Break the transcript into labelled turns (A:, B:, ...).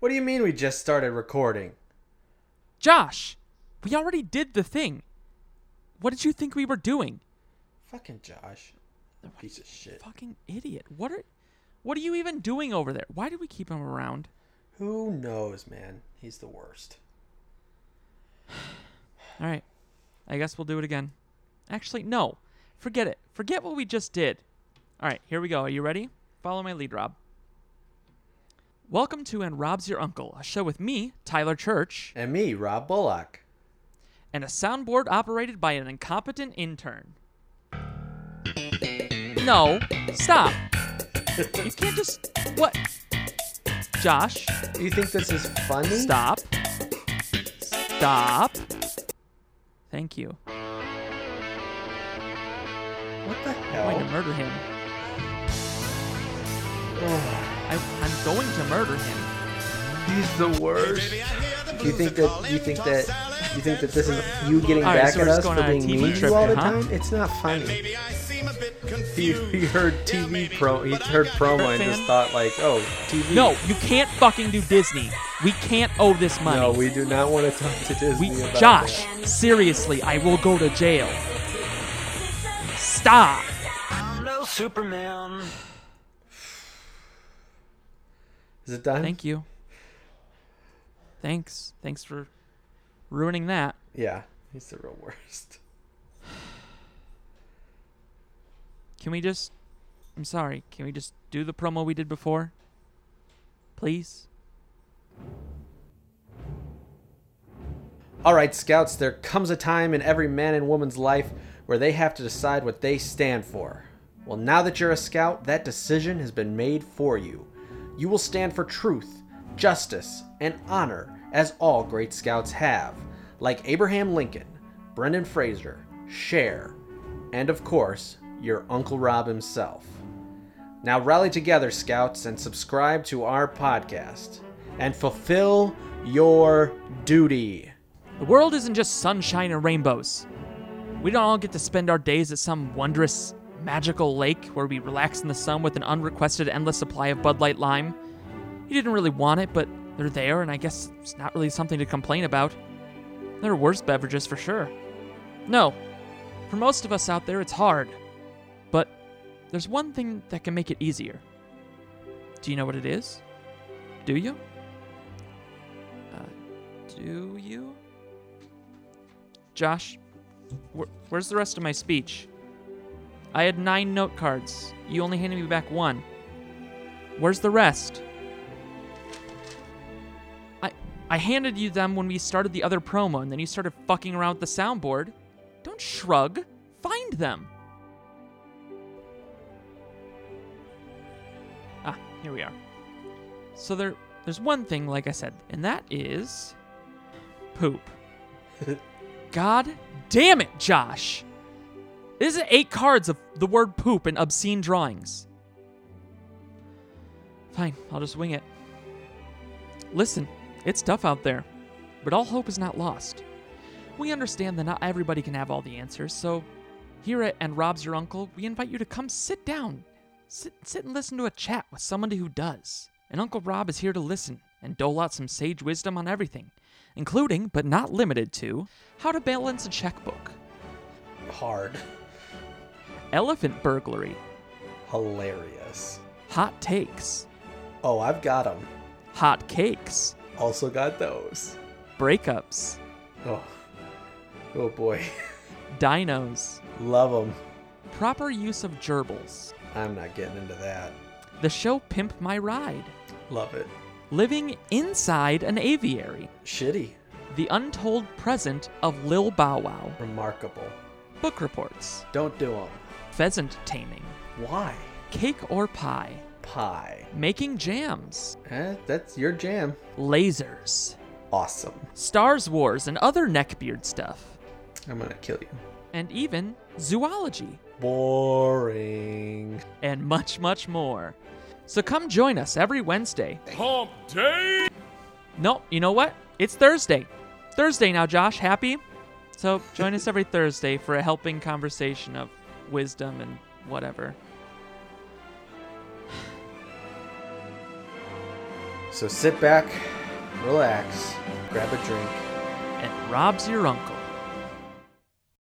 A: What do you mean we just started recording?
B: Josh, we already did the thing. What did you think we were doing?
A: Fucking Josh. Piece of shit.
B: Fucking idiot. What are What are you even doing over there? Why did we keep him around?
A: Who knows, man? He's the worst.
B: All right. I guess we'll do it again. Actually, no. Forget it. Forget what we just did. All right, here we go. Are you ready? Follow my lead, Rob. Welcome to And Rob's Your Uncle, a show with me, Tyler Church,
A: And me, Rob Bullock.
B: and a soundboard operated by an incompetent intern. No, stop. You can't just. What? Josh,
A: You think this is funny?
B: stop. Stop. Thank you.
A: What the
B: I'm going to
A: hell?
B: murder him. I, I'm going to murder him.
A: He's the worst. You think that you think that you think that this is you getting
B: All right,
A: back
B: so
A: at
B: we're just
A: us for
B: going on a
A: being
B: TV
A: mean to
B: trip
A: you all the
B: here, huh?
A: time? It's not funny.
C: Maybe I seem a bit
A: He,
C: confused.
A: he heard TV pro. He heard promo and just
B: Fan?
A: thought like, oh, TV.
B: No, you can't fucking do Disney. We can't owe this money.
A: No, we do not want to talk to Disney
B: We,
A: about
B: Josh,
A: that.
B: seriously, I will go to jail. Stop.
D: I'm no Superman.
A: Is it done?
B: Thank you. Thanks. Thanks for ruining that.
A: Yeah, he's the real worst.
B: Can we just. I'm sorry. Can we just do the promo we did before? Please?
A: All right, scouts, there comes a time in every man and woman's life where they have to decide what they stand for. Well, now that you're a scout, that decision has been made for you. You will stand for truth, justice, and honor, as all great scouts have, like Abraham Lincoln, Brendan Fraser, Cher, and of course, your Uncle Rob himself. Now rally together, scouts, and subscribe to our podcast and fulfill your duty.
B: The world isn't just sunshine and rainbows. We don't all get to spend our days at some wondrous, magical lake where we relax in the sun with an unrequested endless supply of Bud Light Lime. You didn't really want it, but they're there, and I guess it's not really something to complain about. There are worse beverages for sure. No, for most of us out there, it's hard. But there's one thing that can make it easier. Do you know what it is? Do you? Uh, do you? Josh, wh- where's the rest of my speech? I had nine note cards. You only handed me back one. Where's the rest? I I handed you them when we started the other promo, and then you started fucking around with the soundboard. Don't shrug. Find them. Ah, here we are. So there, there's one thing, like I said, and that is poop. God damn it, Josh! This is eight cards of the word poop and obscene drawings. Fine, I'll just wing it. Listen, it's tough out there, but all hope is not lost. We understand that not everybody can have all the answers, so here at And Rob's Your Uncle, we invite you to come sit down. Sit, sit and listen to a chat with somebody who does. And Uncle Rob is here to listen and dole out some sage wisdom on everything, including, but not limited to, how to balance a checkbook,
A: hard,
B: elephant burglary,
A: hilarious.
B: hot takes,
A: Oh, I've got them.
B: hot cakes,
A: Also got those.
B: breakups,
A: Oh, oh boy,
B: dinos,
A: love them.
B: proper use of gerbils,
A: I'm not getting into that.
B: the show Pimp My Ride,
A: Love it.
B: living inside an aviary,
A: Shitty.
B: the untold present of Lil Bow Wow,
A: Remarkable.
B: book reports,
A: Don't do them.
B: pheasant taming,
A: Why?
B: cake or pie,
A: Pie.
B: making jams,
A: Eh, that's your jam.
B: lasers,
A: Awesome.
B: Stars Wars, and other neckbeard stuff,
A: I'm gonna kill you.
B: and even zoology.
A: Boring.
B: and much, much more. So come join us every Wednesday. Hump day! No, you know what? It's Thursday. Thursday now, Josh. Happy? So join us every Thursday for a helping conversation of wisdom and whatever.
A: So sit back, relax, grab a drink,
B: and robs your uncle.